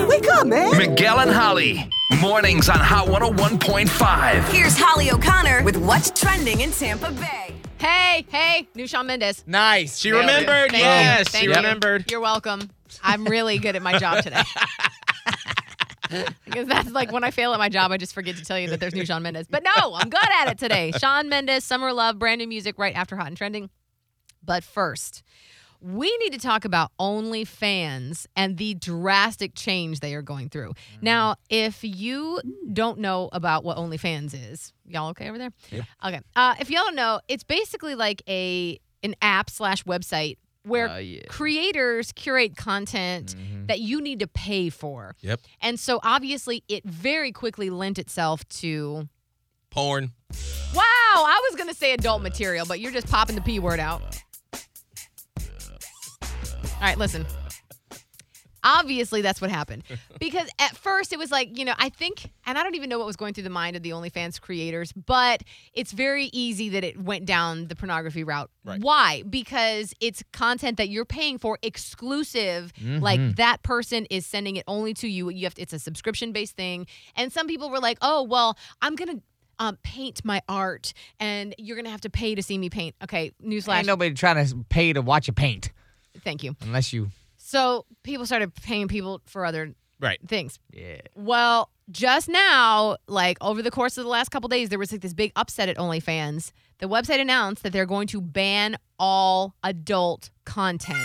on, man. Miguel and Holly. Mornings on Hot 101.5. Here's Holly O'Connor with what's trending in Tampa Bay. Hey, hey, new Shawn Mendes. Nice. She Nailed it. remembered. Thank you. yes, Thank she you. remembered. You're welcome. I'm really good at my job today. Because that's like when I fail at my job, I just forget to tell you that there's new Shawn Mendes. But no, I'm good at it today. Shawn Mendes, Summer Love, brand new music right after Hot and Trending. But first, we need to talk about OnlyFans and the drastic change they are going through. Mm. Now, if you don't know about what OnlyFans is, y'all okay over there? Yeah. Okay. Uh, if y'all don't know, it's basically like a an app slash website where Oh, yeah. creators curate content that you need to pay for. Yep. And so obviously it very quickly lent itself to Porn. Wow, I was going to say adult material, but you're just popping the P word out. All right, listen. Obviously, that's what happened. Because at first, it was like, you know, I think, and I don't even know what was going through the mind of the OnlyFans creators, but it's very easy that it went down the pornography route. Right. Why? Because it's content that you're paying for exclusive. Like that person is sending it only to you. You have to, it's a subscription based thing. And some people were like, oh, well, I'm going to. Um, paint my art, and you're gonna have to pay to see me paint. Okay, newsflash. Ain't nobody trying to pay to watch you paint Thank you. unless you. So people started paying people for other Right. things. Yeah. Well, just now, like over the course of the last couple days, there was like this big upset at OnlyFans. The website announced that they're going to ban all adult content.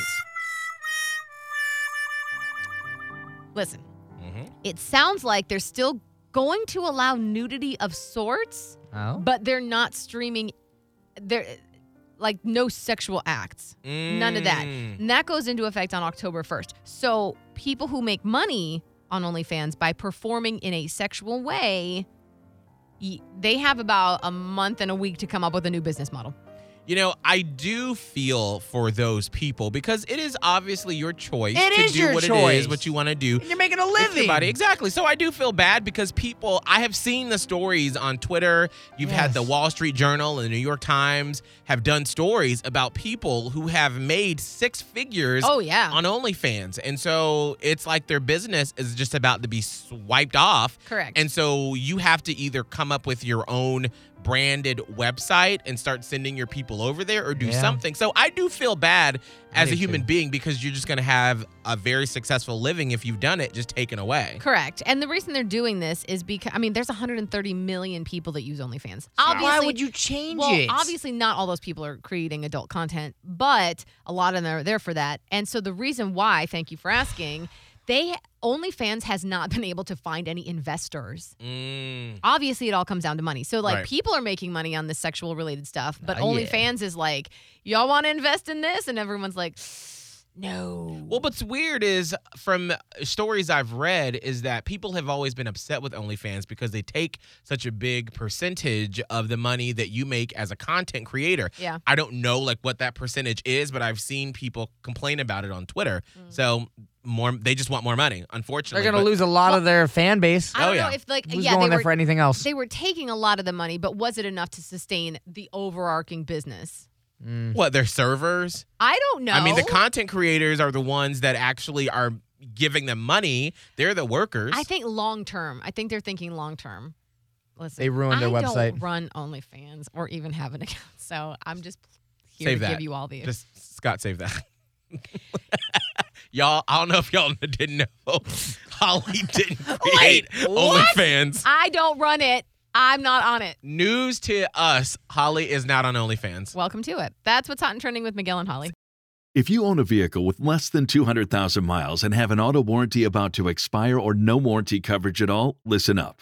Listen, Mm-hmm. it sounds like they're still going to allow nudity of sorts, Oh. but they're not streaming. They're like no sexual acts. None of that. Mm. And that goes into effect on October 1st. So people who make money on OnlyFans by performing in a sexual way, y- they have about a month and a week to come up with a new business model. You know, I do feel for those people because it is obviously your choice It to is do your what it is, choice. what you want to do. And you're making a with your living. body. Exactly. So I do feel bad because people, I have seen the stories on Twitter. You've had Yes. the Wall Street Journal and the New York Times have done stories about people who have made six figures Oh, yeah. on OnlyFans. And so it's like their business is just about to be swiped off. Correct. And so you have to either come up with your own branded website and start sending your people over there or do Yeah. something. So I do feel bad I as a do human too. being because you're just going to have a very successful living if you've done it just taken away. Correct. And the reason they're doing this is because, I mean, there's 130 million people that use OnlyFans. Why would you change well, it? obviously, not all those people are creating adult content, but a lot of them are there for that. And so the reason why, thank you for asking, they OnlyFans has not been able to find any investors. Mm. Obviously, it all comes down to money. So like Right. people are making money on this sexual related stuff, but Ah, yeah. OnlyFans is like, y'all want to invest in this, and everyone's like, Oh, no. Well, what's weird is from stories I've read is that people have always been upset with OnlyFans because they take such a big percentage of the money that you make as a content creator. Yeah. I don't know like what that percentage is, but I've seen people complain about it on Twitter. So more, they just want more money. Unfortunately, They're gonna But- lose a lot of their fan base. I don't Oh, yeah. know if like Who's yeah going they there were for anything else? they were taking a lot of the money, but was it enough to sustain the overarching business? What their servers? I don't know. I mean, the content creators are the ones that actually are giving them money. They're the workers. I think long term. I think they're thinking long term. Listen, They ruined their I website. Don't run OnlyFans or even have an account, so I'm just here Save to that. give you all the. Just Scott save that. y'all, I don't know if y'all didn't know. Holly didn't create Wait, what? OnlyFans. I don't run it. I'm not on it. News to us, Holly is not on OnlyFans. Welcome to it. That's what's hot and trending with Miguel and Holly. If you own a vehicle with less than 200,000 miles and have an auto warranty about to expire or no warranty coverage at all, listen up.